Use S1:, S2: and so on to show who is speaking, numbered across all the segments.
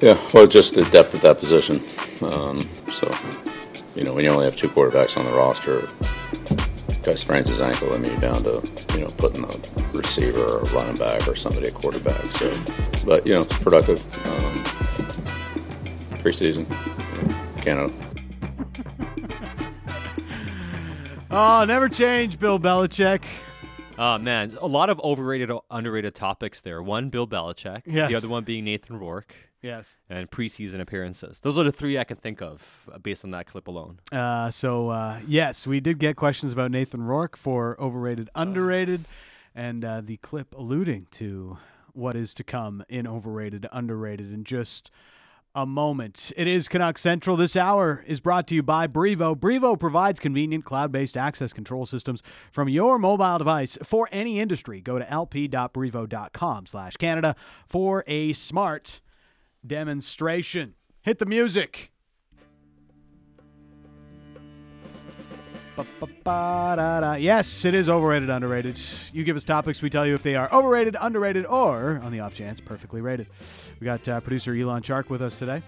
S1: Yeah, well, just the depth of that position. Um, so, you know, when you only have two quarterbacks on the roster, guy sprains his ankle, I mean, you're down to, you know, putting a receiver or a running back or somebody at quarterback. So, but, you know, it's productive. Um, preseason, Canada.
S2: Oh, never change, Bill Belichick.
S3: Oh man, a lot of overrated, underrated topics there. One, Bill Belichick.
S2: Yes.
S3: The other one being Nathan Rourke
S2: Yes.
S3: and preseason appearances. Those are the three I can think of uh, based on that clip alone.
S2: Uh, so uh, yes, we did get questions about Nathan Rourke for overrated, underrated, and uh, the clip alluding to what is to come in overrated, underrated, in just a moment. It is Canuck Central. This hour is brought to you by Brevo. Brevo provides convenient cloud-based access control systems from your mobile device for any industry. Go to lp.brevo.com/canada for a smart demonstration. Hit the music. Ba-ba-ba-da-da. Yes, it is overrated, underrated. You give us topics, we tell you if they are overrated, underrated, or, on the off chance, perfectly rated. We got uh, producer Elon Chark with us today.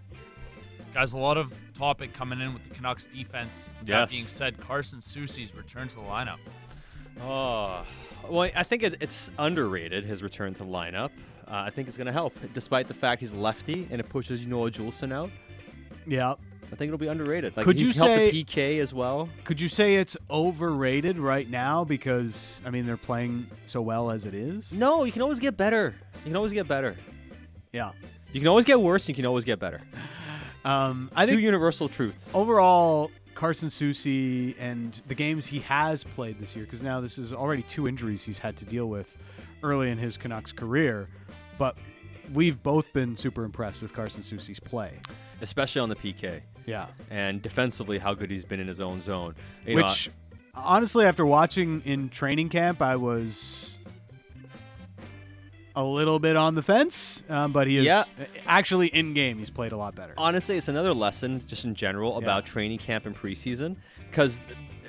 S4: Guys, a lot of topic coming in with the Canucks defense.
S3: Yes.
S4: That being said, Carson Susie's return to the lineup.
S3: Oh, well, I think it, it's underrated his return to the lineup. Uh, I think it's going to help, despite the fact he's lefty and it pushes Noah Juleson out.
S2: Yeah.
S3: I think it'll be underrated. Like
S2: Could
S3: he's
S2: you
S3: helped
S2: say-
S3: the PK as well.
S2: Could you say it's overrated right now because, I mean, they're playing so well as it is?
S3: No, you can always get better. You can always get better.
S2: Yeah.
S3: You can always get worse. You can always get better.
S2: Um, I
S3: Two
S2: think
S3: universal truths.
S2: overall, Carson Soucy and the games he has played this year, because now this is already two injuries he's had to deal with early in his Canucks career, but we've both been super impressed with Carson Soucy's play.
S3: especially on the PK
S2: Yeah.
S3: and defensively how good he's been in his own zone. You know,
S2: Which, honestly, after watching in training camp, I was a little bit on the fence, um, but he is
S3: Yeah.
S2: actually in game, he's played a lot better.
S3: honestly, it's another lesson just in general about training camp and preseason because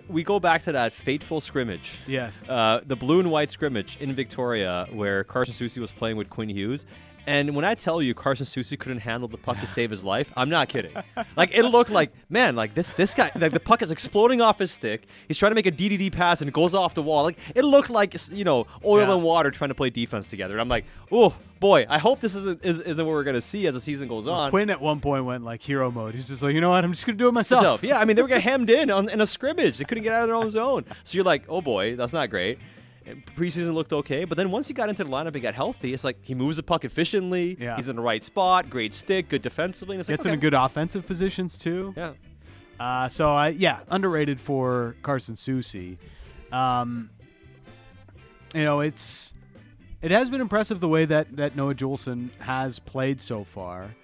S3: we go back to that fateful scrimmage.
S2: Yes.
S3: Uh, the blue and white scrimmage in Victoria where Carson Soucy was playing with Quinn Hughes. And when I tell you Carson Soucy couldn't handle the puck to save his life, I'm not kidding. Like it looked like, man, like this this guy, like the puck is exploding off his stick. He's trying to make a DDD pass and it goes off the wall. Like it looked like you know oil
S2: Yeah.
S3: and water trying to play defense together. And I'm like, oh boy, I hope this isn't is, isn't what we're gonna see as the season goes on.
S2: Quinn at one point went like hero mode. He's just like, you know what? I'm just gonna do it myself.
S3: Stuff. Yeah, I mean, they were getting hemmed in on, in a scrimmage. They couldn't get out of their own zone. So you're like, oh boy, that's not great. And Preseason looked okay, but then once he got into the lineup and got healthy, it's like he moves the puck efficiently.
S2: Yeah.
S3: He's in the right spot, great stick, good defensively. And it's like,
S2: Gets in
S3: okay.
S2: good offensive positions too.
S3: Yeah.
S2: Uh, so I yeah, underrated for Carson Soucy. Um, you know, it's it has been impressive the way that that Noah Juleson has played so far,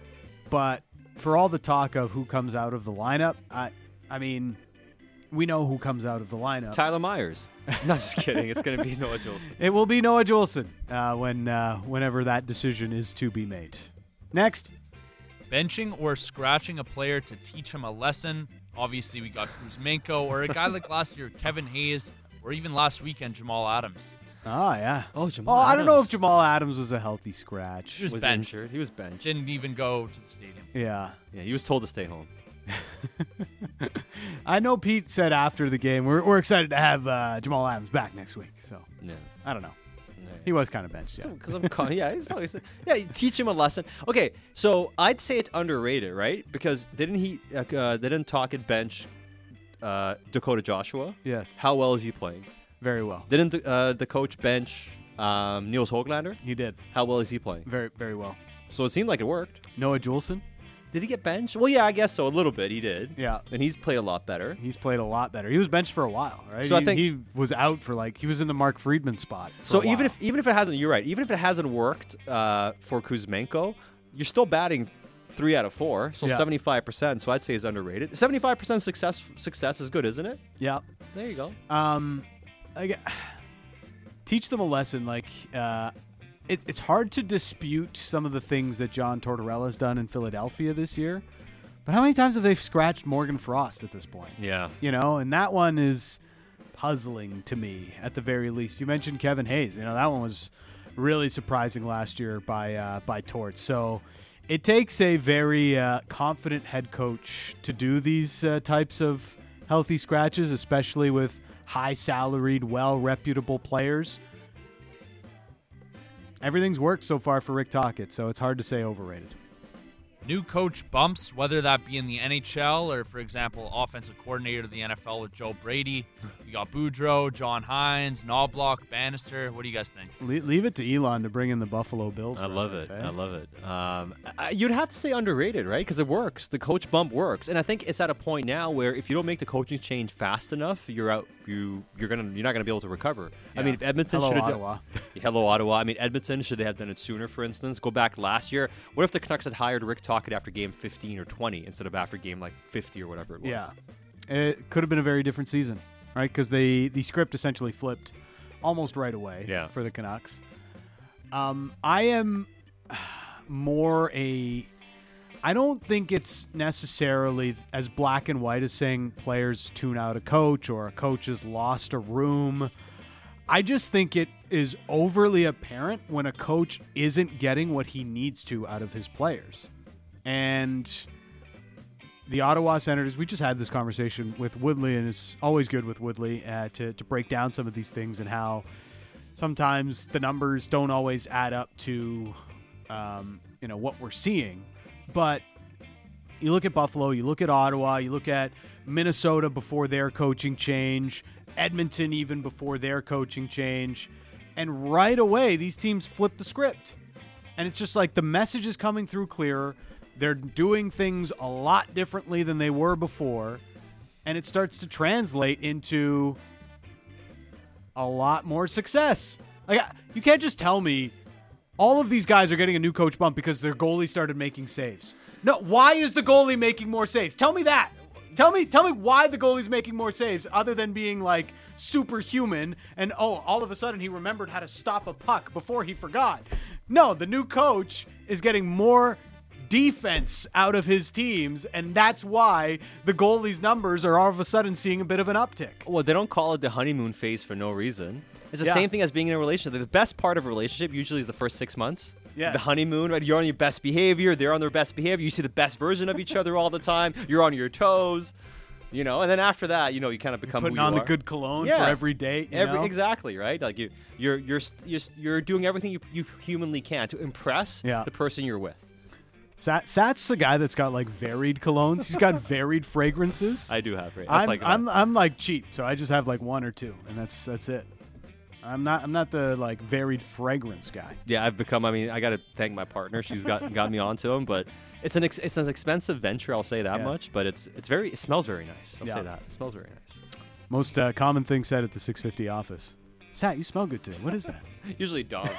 S2: but for all the talk of who comes out of the lineup, I I mean, we know who comes out of the lineup.
S3: Tyler Myers. No, just kidding. It's going to be Noah Juleson.
S2: it will be Noah Juleson uh, when uh, whenever that decision is to be made. Next,
S4: Benching or scratching a player to teach him a lesson. Obviously, we got Kuzmenko or a guy like last year, Kevin Hayes, or even last weekend, Jamal Adams.
S2: oh yeah,
S3: Oh, Jamal
S2: Oh, I don't know
S3: Adams.
S2: if Jamal Adams was a healthy scratch.
S4: He was,
S3: Was
S4: benched.
S3: injured. He was benched.
S4: Didn't even go to the stadium.
S2: Yeah.
S3: Yeah, he was told to stay home.
S2: I know Pete said after the game, we're, we're excited to have uh, Jamal Adams back next week. So
S3: Yeah.
S2: I don't know. He was kind of benched. Yeah.
S3: Because I'm con- yeah, he's probably yeah. you Teach him a lesson. Okay, so I'd say it's underrated, right? Because didn't he? like, Uh, they didn't talk at bench. Uh, Dakota Joshua.
S2: Yes.
S3: How well is he playing?
S2: Very well.
S3: Didn't the, uh, the coach bench um, Niels Hoaglander?
S2: He did.
S3: How well is he playing?
S2: Very, very well.
S3: So it seemed like it worked.
S2: Noah Juleson,
S3: Did he get benched? Well, yeah, I guess so. A little bit, he did.
S2: Yeah.
S3: And he's played a lot better.
S2: he's played a lot better. He was benched for a while, right?
S3: So I
S2: he,
S3: think-
S2: he was out for like, he was in the Mark Friedman spot. for
S3: So
S2: a while.
S3: even if even if it hasn't, you're right. Even if it hasn't worked uh, for Kuzmenko, you're still batting three out of four, so
S2: Yeah.
S3: 75 percent. So I'd say is underrated. 75 percent success success is good, isn't it?
S2: Yeah.
S3: There you go.
S2: Um, I g teach them a lesson. Like, uh, it, it's hard to dispute some of the things that John Tortorella's done in Philadelphia this year, but how many times have they scratched Morgan Frost at this point?
S3: Yeah.
S2: you know, and that one is puzzling to me at the very least. You mentioned Kevin Hayes, you know, that one was really surprising last year by uh, by Torts. So It takes a very uh, confident head coach to do these uh, types of healthy scratches, especially with high salaried, well reputable players. Everything's worked so far for Rick Tockett, so it's hard to say overrated.
S4: New coach bumps, whether that be in the NHL or, for example, offensive coordinator of the NFL with Joe Brady. You got Boudreaux, John Hines, Knobloch, Bannister. What do you guys think?
S2: Le- leave it to Elon to bring in the Buffalo Bills.
S3: I love it.
S2: romance, eh?
S3: I love it. Um, I, you'd have to say underrated, right? Because it works. The coach bump works, and I think it's at a point now where if you don't make the coaching change fast enough, you're out. You you're gonna you're not gonna be able to recover. I mean, if Edmonton
S2: Hello,
S3: should have
S2: Ottawa.
S3: hello Ottawa. I mean, Edmonton should they have done it sooner? For instance, go back last year. What if the Canucks had hired Rick Tockett after game 15 or 20 instead of after game like 50 or whatever it was?
S2: Yeah, it could have been a very different season, right? Because they the script essentially flipped almost right away
S3: Yeah.
S2: for the Canucks. Um, I am more a. I don't think it's necessarily as black and white as saying players tune out a coach or a coach has lost a room. I just think it is overly apparent when a coach isn't getting what he needs to out of his players. And the Ottawa Senators, we just had this conversation with Woodley, and it's always good with Woodley uh, to, to break down some of these things and how sometimes the numbers don't always add up to um, you know what we're seeing. But you look at Buffalo, you look at Ottawa, you look at Minnesota before their coaching change, Edmonton even before their coaching change, and right away these teams flip the script. And it's just like the message is coming through clearer. They're doing things a lot differently than they were before. And it starts to translate into a lot more success. Like, I- you can't just tell me all of these guys are getting a new coach bump because their goalie started making saves. No, why is the goalie making more saves? Tell me that. Tell me, tell me why the goalie's making more saves other than being like superhuman and oh, all of a sudden he remembered how to stop a puck before he forgot. No, the new coach is getting more defense out of his teams, and that's why the goalie's numbers are all of a sudden seeing a bit of an uptick.
S3: Well, they don't call it the honeymoon phase for no reason. It's the
S2: Yeah.
S3: same thing as being in a relationship. The best part of a relationship usually is the first six months.
S2: Yes.
S3: The honeymoon, right? You're on your best behavior. They're on their best behavior. You see the best version of each other all the time. You're on your toes, you know. And then after that, you know, you kind of become
S2: Putting
S3: who you
S2: on the
S3: are.
S2: good cologne
S3: Yeah.
S2: for every date. you
S3: Every
S2: know?
S3: exactly right. Like you, you're you're st- you're, st- you're doing everything you, you humanly can to impress
S2: Yeah.
S3: the person you're with.
S2: Sat, Sat's the guy that's got like varied colognes. He's got varied fragrances.
S3: I do have. Right? That's
S2: I'm,
S3: like uh,
S2: I'm, I'm like cheap, so I just have like one or two, and that's that's it. I'm not I'm not the like varied fragrance guy.
S3: yeah, I've become. I mean, I got to thank my partner. She's got got me onto him, but it's an ex- it's an expensive venture. I'll say that
S2: Yes.
S3: much, but it's it's very it smells very nice. I'll
S2: Yeah.
S3: say that it smells very nice.
S2: Most uh, common thing said at the 650 office. Sat, you smell good today. What is that?
S3: Usually dog.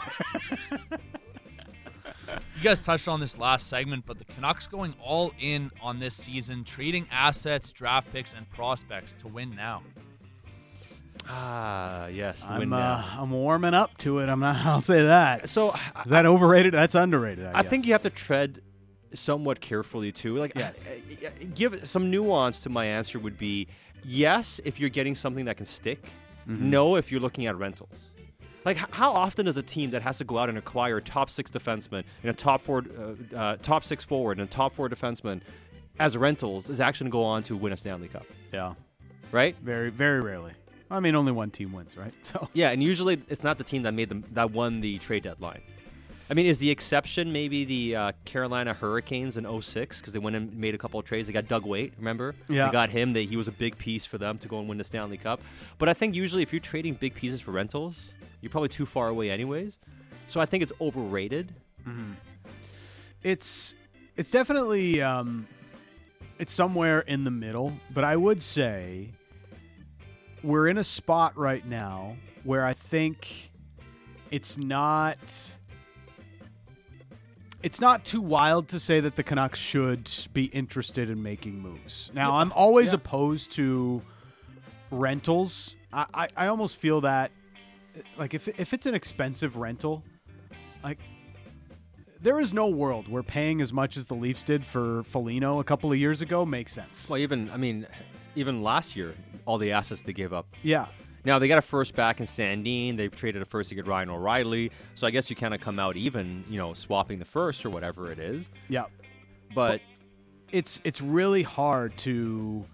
S4: You guys touched on this last segment, but the Canucks going all in on this season, trading assets, draft picks, and prospects to win now.
S3: ah yes, the
S2: I'm
S3: wind
S2: uh,
S3: now.
S2: I'm warming up to it. I'm not. I'll say that.
S3: So I-
S2: Is that overrated? That's underrated. I,
S3: I
S2: guess.
S3: think you have to tread somewhat carefully too. Like,
S2: Yes.
S3: I- I- give some nuance to my answer would be yes if you're getting something that can stick. No if you're looking at rentals. Like, h- how often does a team that has to go out and acquire a top six defenseman and a top four, uh, uh, top six forward and a top four defenseman as rentals is actually going to go on to win a Stanley Cup,
S2: yeah.
S3: right?
S2: Very very rarely. I mean, only one team wins, right? So
S3: Yeah, and usually it's not the team that made them that won the trade deadline. I mean, is the exception maybe the uh, Carolina Hurricanes in 06 because they went and made a couple of trades. They got Doug Waite, remember?
S2: Yeah.
S3: They got him. They, he was a big piece for them to go and win the Stanley Cup. But I think usually if you're trading big pieces for rentals, you're probably too far away anyways. So I think it's overrated.
S2: it's it's definitely um it's somewhere in the middle but i would say we're in a spot right now where i think it's not it's not too wild to say that the Canucks should be interested in making moves. Now, I'm always
S3: yeah.
S2: opposed to rentals. I, I, I almost feel that, like, if, if it's an expensive rental, like, there is no world where paying as much as the Leafs did for Felino a couple of years ago makes sense.
S3: Well, even I mean, even last year, all the assets they gave up.
S2: yeah.
S3: Now they got a first back in Sandine. They've traded a first to get Ryan O'Reilly. So I guess you kind of come out even, you know, swapping the first or whatever it is.
S2: Yeah.
S3: But
S2: it's it's really hard to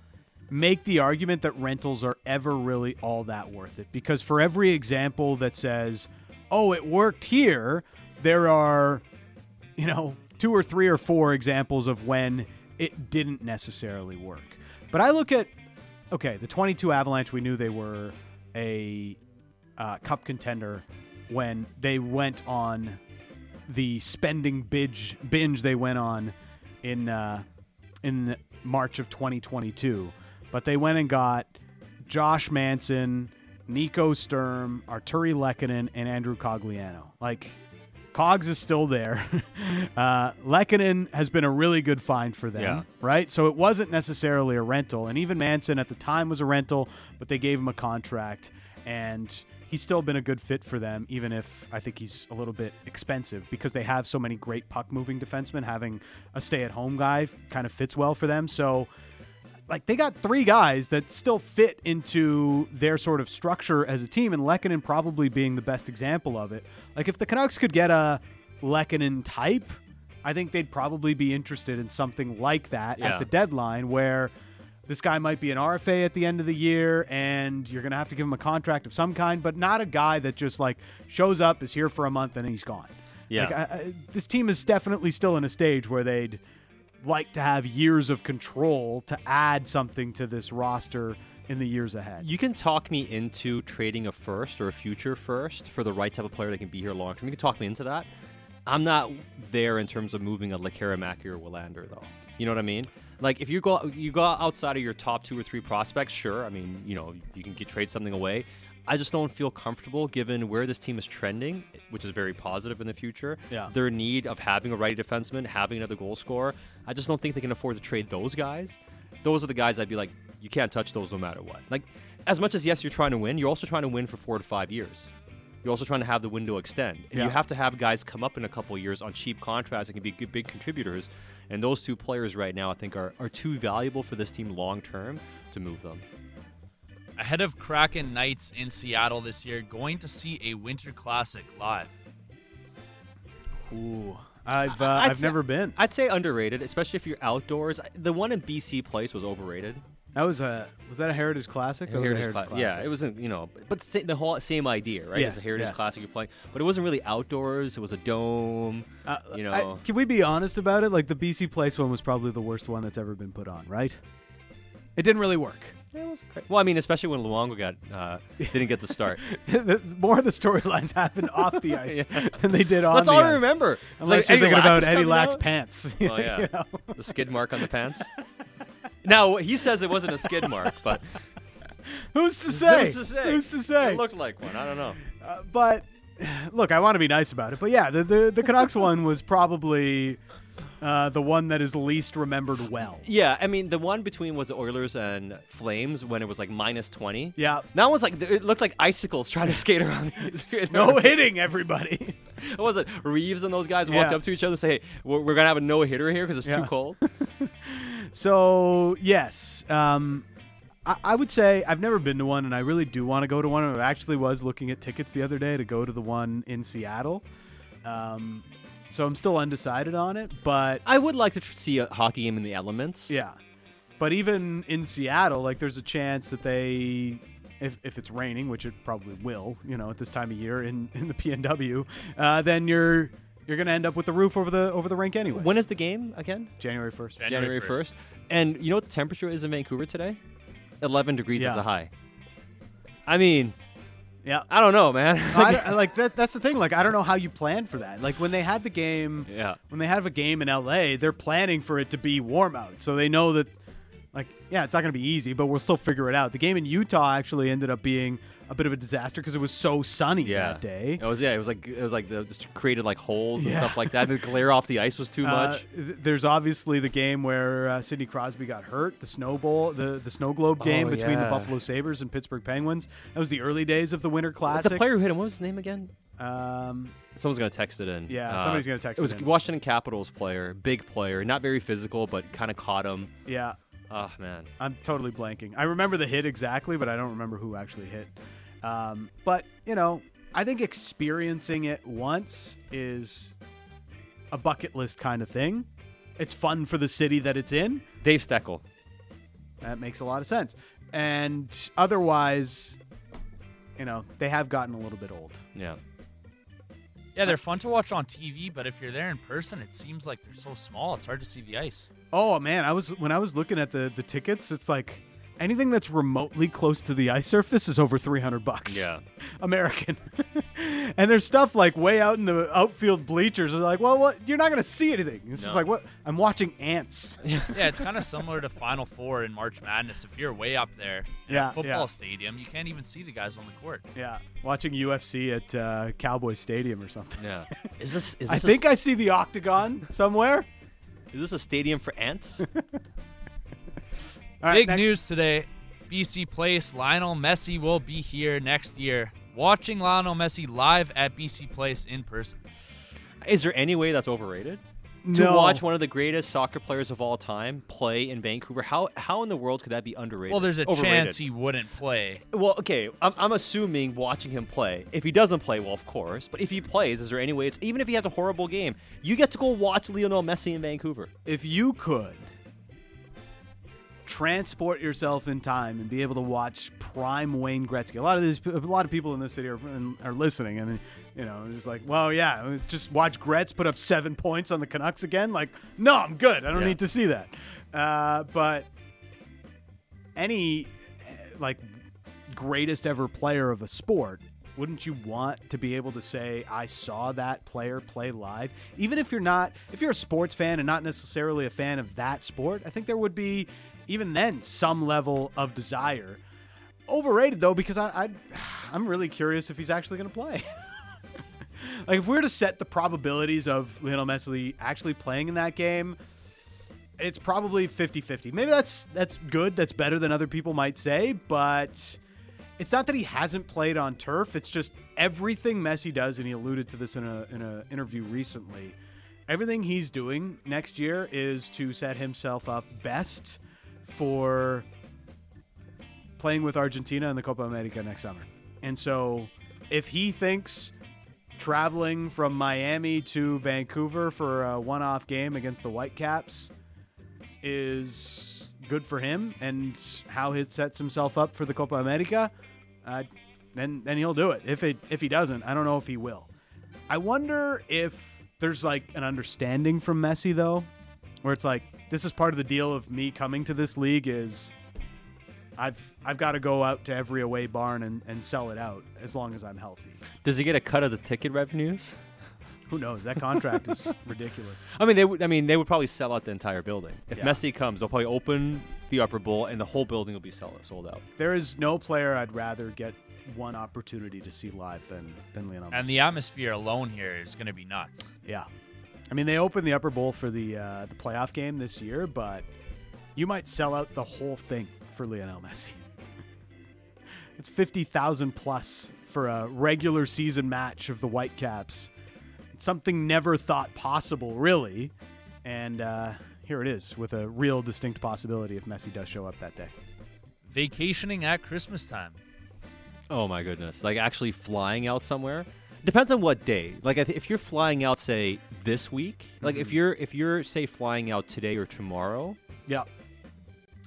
S2: make the argument that rentals are ever really all that worth it because for every example that says oh it worked here there are you know two or three or four examples of when it didn't necessarily work but i look at okay the 22 avalanche we knew they were a uh, cup contender when they went on the spending binge binge they went on in uh, in March of 2022. But they went and got Josh Manson, Nico Sturm, Arturi Lekkinen, and Andrew Cogliano. Like Cogs is still there. uh, Lekkinen has been a really good find for them,
S3: Yeah.
S2: right? So it wasn't necessarily a rental, and even Manson at the time was a rental, but they gave him a contract and. He's still been a good fit for them, even if I think he's a little bit expensive because they have so many great puck moving defensemen. Having a stay at home guy kind of fits well for them. So like they got three guys that still fit into their sort of structure as a team, and Lekanen probably being the best example of it. Like if the Canucks could get a Lekanen type, I think they'd probably be interested in something like that
S3: Yeah.
S2: at the deadline where this guy might be an RFA at the end of the year and you're going to have to give him a contract of some kind, but not a guy that just like shows up, is here for a month, and then he's gone.
S3: Yeah.
S2: Like, I, I, this team is definitely still in a stage where they'd like to have years of control to add something to this roster in the years ahead.
S3: you can talk me into trading a first or a future first for the right type of player that can be here long term. You can talk me into that. I'm not there in terms of moving a Lekaramaki or Willander though. You know what I mean? Like if you go you go outside of your top two or three prospects, sure. I mean, you know, you can get trade something away. I just don't feel comfortable given where this team is trending, which is very positive in the future.
S2: Yeah.
S3: Their need of having a righty defenseman, having another goal scorer. I just don't think they can afford to trade those guys. Those are the guys I'd be like, you can't touch those no matter what. Like, as much as yes, you're trying to win, you're also trying to win for four to five years. You're also trying to have the window extend, and
S2: Yeah.
S3: you have to have guys come up in a couple of years on cheap contracts that can be good, big contributors. And those two players right now, I think, are, are too valuable for this team long term to move them.
S4: Ahead of Kraken Knights in Seattle this year, going to see a Winter Classic live.
S2: Ooh, I've uh,
S3: I'd
S2: I've
S3: say-
S2: never been.
S3: I'd say underrated, especially if you're outdoors. The one in BC Place was overrated.
S2: That was a was that a Heritage Classic? That was a
S3: Cla- Yeah, it wasn't you know, but- but sa- the whole same idea, right?
S2: Yes,
S3: it's a heritage
S2: yes.
S3: classic you're playing, but it wasn't really outdoors. It was a dome.
S2: Uh,
S3: you know,
S2: I- can we be honest about it? Like the BC Place one was probably the worst one that's ever been put on, right? It didn't really work.
S3: it was great. Well, I mean, especially when Luongo got uh, didn't get the start.
S2: The- More of the storylines happened off the ice than they did on
S3: That's
S2: the
S3: all I
S2: ice.
S3: remember. It's
S2: Unless
S3: like
S2: you're thinking
S3: Eddie Lack
S2: about
S3: is
S2: Eddie
S3: coming
S2: Lack's
S3: out.
S2: pants.
S3: Oh yeah,
S2: You know?
S3: the skid mark on the pants. now he says it wasn't a skid mark, but
S2: Who's to say?
S3: who's to say?
S2: Who's to say?
S3: It looked like one. I don't know.
S2: Uh, but look, I want to be nice about it. But yeah, the the, the Canucks one was probably uh, the one that is least remembered well.
S3: Yeah, I mean, the one between was the Oilers and Flames when it was like minus twenty.
S2: Yeah.
S3: That one's like it looked like icicles trying to skate around.
S2: No hitting, everybody.
S3: What was it? Reeves and those guys walked
S2: Yeah.
S3: up to each other and say, hey, we're, we're going to have a no hitter here because it's
S2: Yeah.
S3: too cold.
S2: So yes, um, I, I would say I've never been to one, and I really do want to go to one. I actually was looking at tickets the other day to go to the one in Seattle. Um, so I'm still undecided on it, but
S3: I would like to tr- see a hockey game in the elements.
S2: Yeah. But even in Seattle, like there's a chance that they if, if it's raining, which it probably will, you know, at this time of year in, in the PNW, uh, then you're you're gonna end up with the roof over the over the rink anyway.
S3: When is the game again?
S2: January first?
S4: January 1st.
S3: And you know what the temperature is in Vancouver today? 11 degrees
S2: Yeah.
S3: is the high. I mean,
S2: Yeah.
S3: I don't know, man.
S2: I don't- like that that's the thing. Like I don't know how you plan for that. Like when they had the game
S3: yeah.
S2: when they have a game in LA, they're planning for it to be warm out. So they know that, like, yeah, it's not going to be easy, but we'll still figure it out. The game in Utah actually ended up being a bit of a disaster because it was so sunny
S3: Yeah.
S2: that day.
S3: It was yeah. It was like it was like the, just created like holes and
S2: Yeah.
S3: stuff like that. The glare off the ice was too
S2: Uh,
S3: much.
S2: th- there's obviously the game where uh, Sidney Crosby got hurt, the snow bowl, the, the snow globe game
S3: Oh,
S2: between the
S3: yeah.
S2: Buffalo Sabres and Pittsburgh Penguins. That was the early days of the Winter
S3: It's
S2: Classic.
S3: the player who hit him. What was his name again?
S2: Um,
S3: Someone's gonna text it in. Uh,
S2: Yeah, somebody's gonna text it
S3: It was
S2: in.
S3: Washington Capitals player, big player, not very physical, but kind of caught him.
S2: yeah,
S3: Oh man,
S2: I'm totally blanking. I remember the hit exactly, but I don't remember who actually hit. Um, but you know, I think experiencing it once is a bucket list kind of thing. It's fun for the city that it's in.
S3: Dave Steckel.
S2: That makes a lot of sense. And otherwise, you know, they have gotten a little bit old.
S3: Yeah.
S4: Yeah, they're fun to watch on TV, but if you're there in person, it seems like they're so small. It's hard to see the ice.
S2: Oh man, I was when I was looking at the the tickets, it's like anything that's remotely close to the ice surface is over 300 bucks.
S3: Yeah.
S2: American. and there's stuff like way out in the outfield bleachers. They're like, well, what? You're not gonna see anything. It's just
S3: No.
S2: like, what? I'm watching ants.
S4: Yeah, it's kind of similar to Final Four in March Madness. If you're way up there in
S2: Yeah,
S4: a football
S2: yeah.
S4: stadium, you can't even see the guys on the court.
S2: yeah, watching UFC at uh, Cowboy Stadium or something.
S3: Yeah. Is this is this
S2: I
S3: a-
S2: think I see the octagon somewhere.
S3: is this a stadium for ants?
S2: All right,
S4: Big
S2: next-
S4: news today. BC Place, Lionel Messi will be here next year. Watching Lionel Messi live at BC Place in person.
S3: is there any way that's overrated?
S2: No.
S3: To watch one of the greatest soccer players of all time play in Vancouver, how how in the world could that be underrated?
S4: Well, there's a
S3: Overrated.
S4: chance he wouldn't play.
S3: Well, okay, I'm, I'm assuming watching him play. If he doesn't play, well, of course. But if he plays, is there any way? It's even if he has a horrible game, you get to go watch Lionel Messi in Vancouver.
S2: if you could transport yourself in time and be able to watch prime Wayne Gretzky, a lot of these, a lot of people in this city are, are listening, and you know, it's like, well, yeah, it was just watch Gretz put up seven points on the Canucks again. Like, no, I'm good. I don't
S3: Yeah.
S2: need to see that. Uh, but any eh, like greatest ever player of a sport, wouldn't you want to be able to say, I saw that player play live? Even if you're not, if you're a sports fan and not necessarily a fan of that sport, I think there would be, even then, some level of desire. Overrated though, because I, I I'm really curious if he's actually going to play. like, if we were to set the probabilities of Lionel Messi actually playing in that game, it's probably 50-50. Maybe that's that's good, that's better than other people might say, but it's not that he hasn't played on turf, it's just everything Messi does and he alluded to this in a in an interview recently. Everything he's doing next year is to set himself up best for playing with Argentina in the Copa America next summer. And so if he thinks traveling from Miami to Vancouver for a one-off game against the Whitecaps is good for him and how he sets himself up for the Copa America, uh, then then he'll do it. If it if he doesn't, I don't know if he will. I wonder if there's like an understanding from Messi though, where it's like this is part of the deal of me coming to this league is I've I've got to go out to every away barn and, and sell it out as long as I'm healthy.
S3: Does he get a cut of the ticket revenues?
S2: Who knows? That contract is ridiculous.
S3: I mean, they would. I mean, they would probably sell out the entire building. If
S2: Yeah.
S3: Messi comes, they'll probably open the upper bowl, and the whole building will be sell- sold out.
S2: There is no player I'd rather get one opportunity to see live than than Lionel. Messi.
S4: And the atmosphere alone here is going to be nuts.
S2: Yeah, I mean they opened the upper bowl for the uh, the playoff game this year, but you might sell out the whole thing for Lionel Messi. it's fifty thousand plus for a regular season match of the Whitecaps. It's something never thought possible, really, and uh, here it is with a real distinct possibility if Messi does show up that day.
S4: Vacationing at Christmas time.
S3: Oh my goodness! Like actually flying out somewhere depends on what day. Like I thi- if you're flying out, say this week, like if you're if you're say flying out today or tomorrow,
S2: Yeah,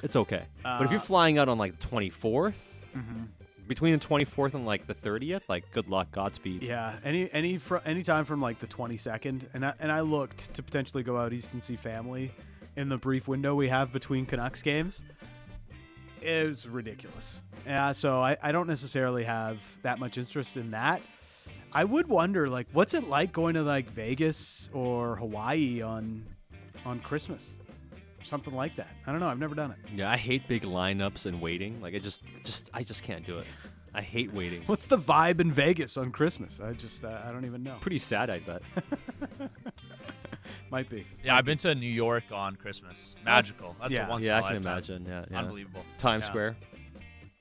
S3: it's okay. but if you're
S2: Uh,
S3: flying out on like the 24th, mm-hmm. between the 24th and like the 30th, like good luck, Godspeed.
S2: Yeah, any any fr- any time from like the 22nd, and I, and I looked to potentially go out east and see family in the brief window we have between Canucks games. It was ridiculous. Yeah, so I, I don't necessarily have that much interest in that. I would wonder like what's it like going to like Vegas or Hawaii on on Christmas, something like that. I don't know. I've never done it.
S3: Yeah, I hate big lineups and waiting. Like I just just I just can't do it. I hate waiting.
S2: What's the vibe in Vegas on Christmas? I just uh, I don't even know.
S3: Pretty sad, I bet.
S2: Might be.
S4: Yeah, I've been to New York on Christmas. Magical. That's
S2: Yeah.
S4: a once
S3: yeah,
S4: in
S3: I
S4: a
S3: can
S4: lifetime.
S3: imagine. Yeah, yeah.
S4: Unbelievable.
S3: Times
S4: Yeah.
S3: Square.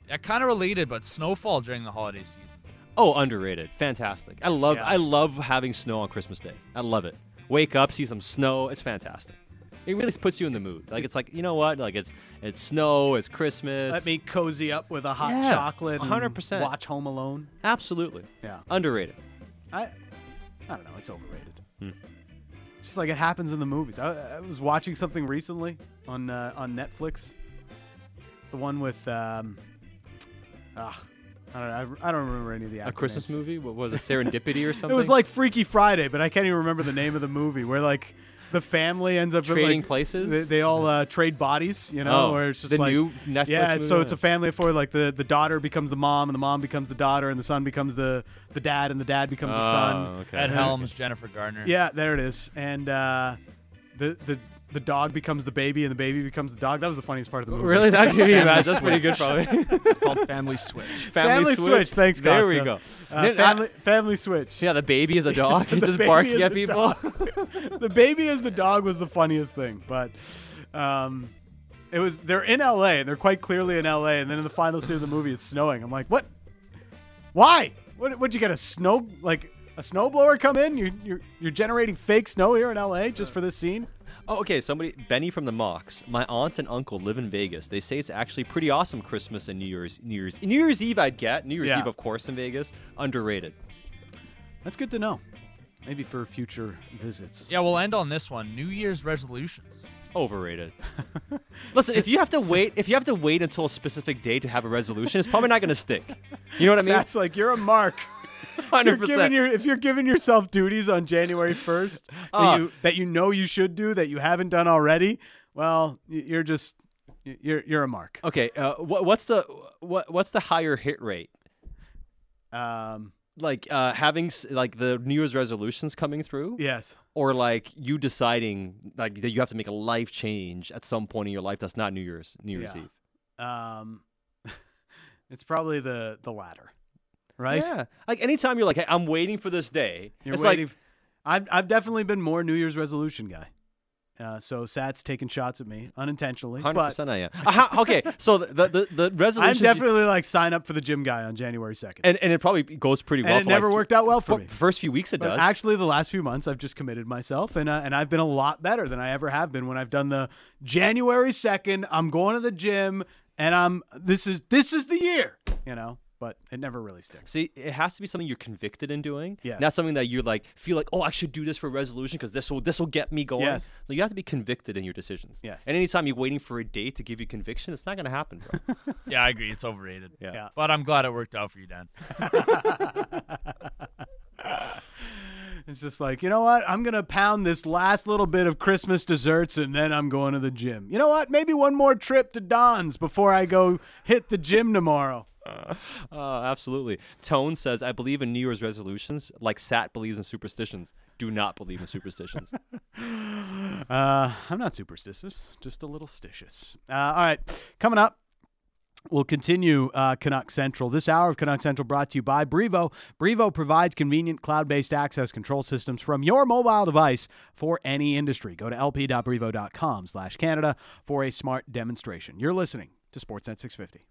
S4: Yeah, kind of related, but snowfall during the holiday season.
S3: Oh, underrated. Fantastic. I love
S2: Yeah.
S3: I love having snow on Christmas Day. I love it. Wake up, see some snow. It's fantastic. It really puts you in the mood. Like it's like you know what? Like it's it's snow. It's Christmas.
S2: Let me cozy up with a hot
S3: Yeah,
S2: chocolate. and
S3: 100%.
S2: Watch Home Alone.
S3: absolutely
S2: Yeah.
S3: underrated.
S2: I, I don't know. It's overrated.
S3: Hmm.
S2: Just like it happens in the movies. I, I was watching something recently on uh, on Netflix. It's the one with um, ah, I don't know. I, I don't remember any of the
S3: A Christmas
S2: names.
S3: movie? What was it? Serendipity or something?
S2: It was like Freaky Friday, but I can't even remember the name of the movie where like the family ends up in,
S3: Trading
S2: like,
S3: Places?
S2: They, they all uh, trade bodies, you know,
S3: Oh,
S2: or it's just
S3: the
S2: like
S3: new Netflix
S2: yeah.
S3: movie?
S2: So it's
S3: Yeah.
S2: a family of four. Like the, the daughter becomes the mom, and the mom becomes the daughter, and the son becomes the the dad, and the dad becomes the son.
S3: Oh, okay.
S4: Ed Helms, Jennifer Garner.
S2: Yeah, there it is. And uh, the the the dog becomes the baby, and the baby becomes the dog. That was the funniest part of the movie.
S3: Really? That could be bad. That's
S5: Switch.
S3: pretty good, probably.
S5: It's called Family Switch.
S2: Family, switch. Thanks,
S3: There
S2: Costa.
S3: we go.
S2: Uh,
S3: Then I-
S2: family family switch.
S3: yeah, the baby is a dog. He's
S2: The
S3: just
S2: baby is
S3: barking at
S2: a
S3: people.
S2: dog. the baby as the dog was the funniest thing, but um, it was they're in L.A. and they're quite clearly in L.A. And then in the final scene of the movie, it's snowing. I'm like, what? Why? What? Would you get a snow like a snowblower come in? You're you're you're generating fake snow here in L.A. just for this scene?
S3: Oh, okay. Somebody, Benny from the Mox. My aunt and uncle live in Vegas. They say it's actually pretty awesome Christmas and New Year's. New Year's, New Year's Eve, I'd get. New Year's
S2: Yeah.
S3: Eve, of course, in Vegas. Underrated.
S2: That's good to know. Maybe for future visits.
S4: Yeah, we'll end on this one. New Year's resolutions.
S3: Overrated. Listen, if you have to wait, if you have to wait until a specific day to have a resolution, it's probably not going to stick. You know what I mean?
S2: That's like you're a mark. If you're,
S3: Hundred
S2: giving
S3: percent.
S2: your, if you're giving yourself duties on January 1st that,
S3: Ah.
S2: you, that you know you should do that you haven't done already, well, y- you're just y- you're you're a mark.
S3: Okay. Uh, what, what's the what, what's the higher hit rate?
S2: Um,
S3: Like uh, having s- like the New Year's resolutions coming through,
S2: yes.
S3: or like you deciding like that you have to make a life change at some point in your life that's not New Year's New Year's
S2: Yeah.
S3: Eve.
S2: Um, it's probably the the latter, right?
S3: Yeah. Like anytime you're like, hey, I'm waiting for this day.
S2: You're
S3: it's
S2: waiting.
S3: like
S2: I've I've definitely been more New Year's resolution guy. Uh, so Sat's taking shots at me unintentionally,
S3: hundred
S2: but
S3: percent I am. Uh, how- okay. So the the, the
S2: I'm
S3: resolution
S2: definitely like sign up for the gym guy on January 2nd.
S3: and, and it probably goes pretty
S2: And
S3: well
S2: it
S3: for like
S2: never
S3: th-
S2: worked out well for
S3: but
S2: me.
S3: First few weeks it
S2: But
S3: does.
S2: actually, the last few months, I've just committed myself, and uh, and I've been a lot better than I ever have been when I've done the January second. I'm going to the gym, and I'm this is this is the year, you know. But it never really sticks.
S3: See, it has to be something you're convicted in doing.
S2: Yes.
S3: Not something that you like feel like, oh, I should do this for resolution because this will this will get me going.
S2: Yes.
S3: So you have to be convicted in your decisions.
S2: Yes.
S3: And anytime you're waiting for a date to give you conviction, it's not gonna happen, bro.
S4: Yeah, I agree. It's overrated.
S3: Yeah.
S2: Yeah.
S4: But I'm glad it worked out for you, Dan.
S2: It's just like you know what? I'm gonna pound this last little bit of Christmas desserts, and then I'm going to the gym. You know what? Maybe one more trip to Don's before I go hit the gym tomorrow.
S3: Uh, absolutely. Tone says, I believe in New Year's resolutions like Sat believes in superstitions. Do not believe in superstitions.
S2: Uh, I'm not superstitious, just a little stitious. Uh, all right, coming up. We'll continue uh, Canuck Central. This hour of Canuck Central brought to you by Brevo. Brevo provides convenient cloud based access control systems from your mobile device for any industry. Go to lp.brevo.com slash Canada for a smart demonstration. You're listening to Sportsnet 650.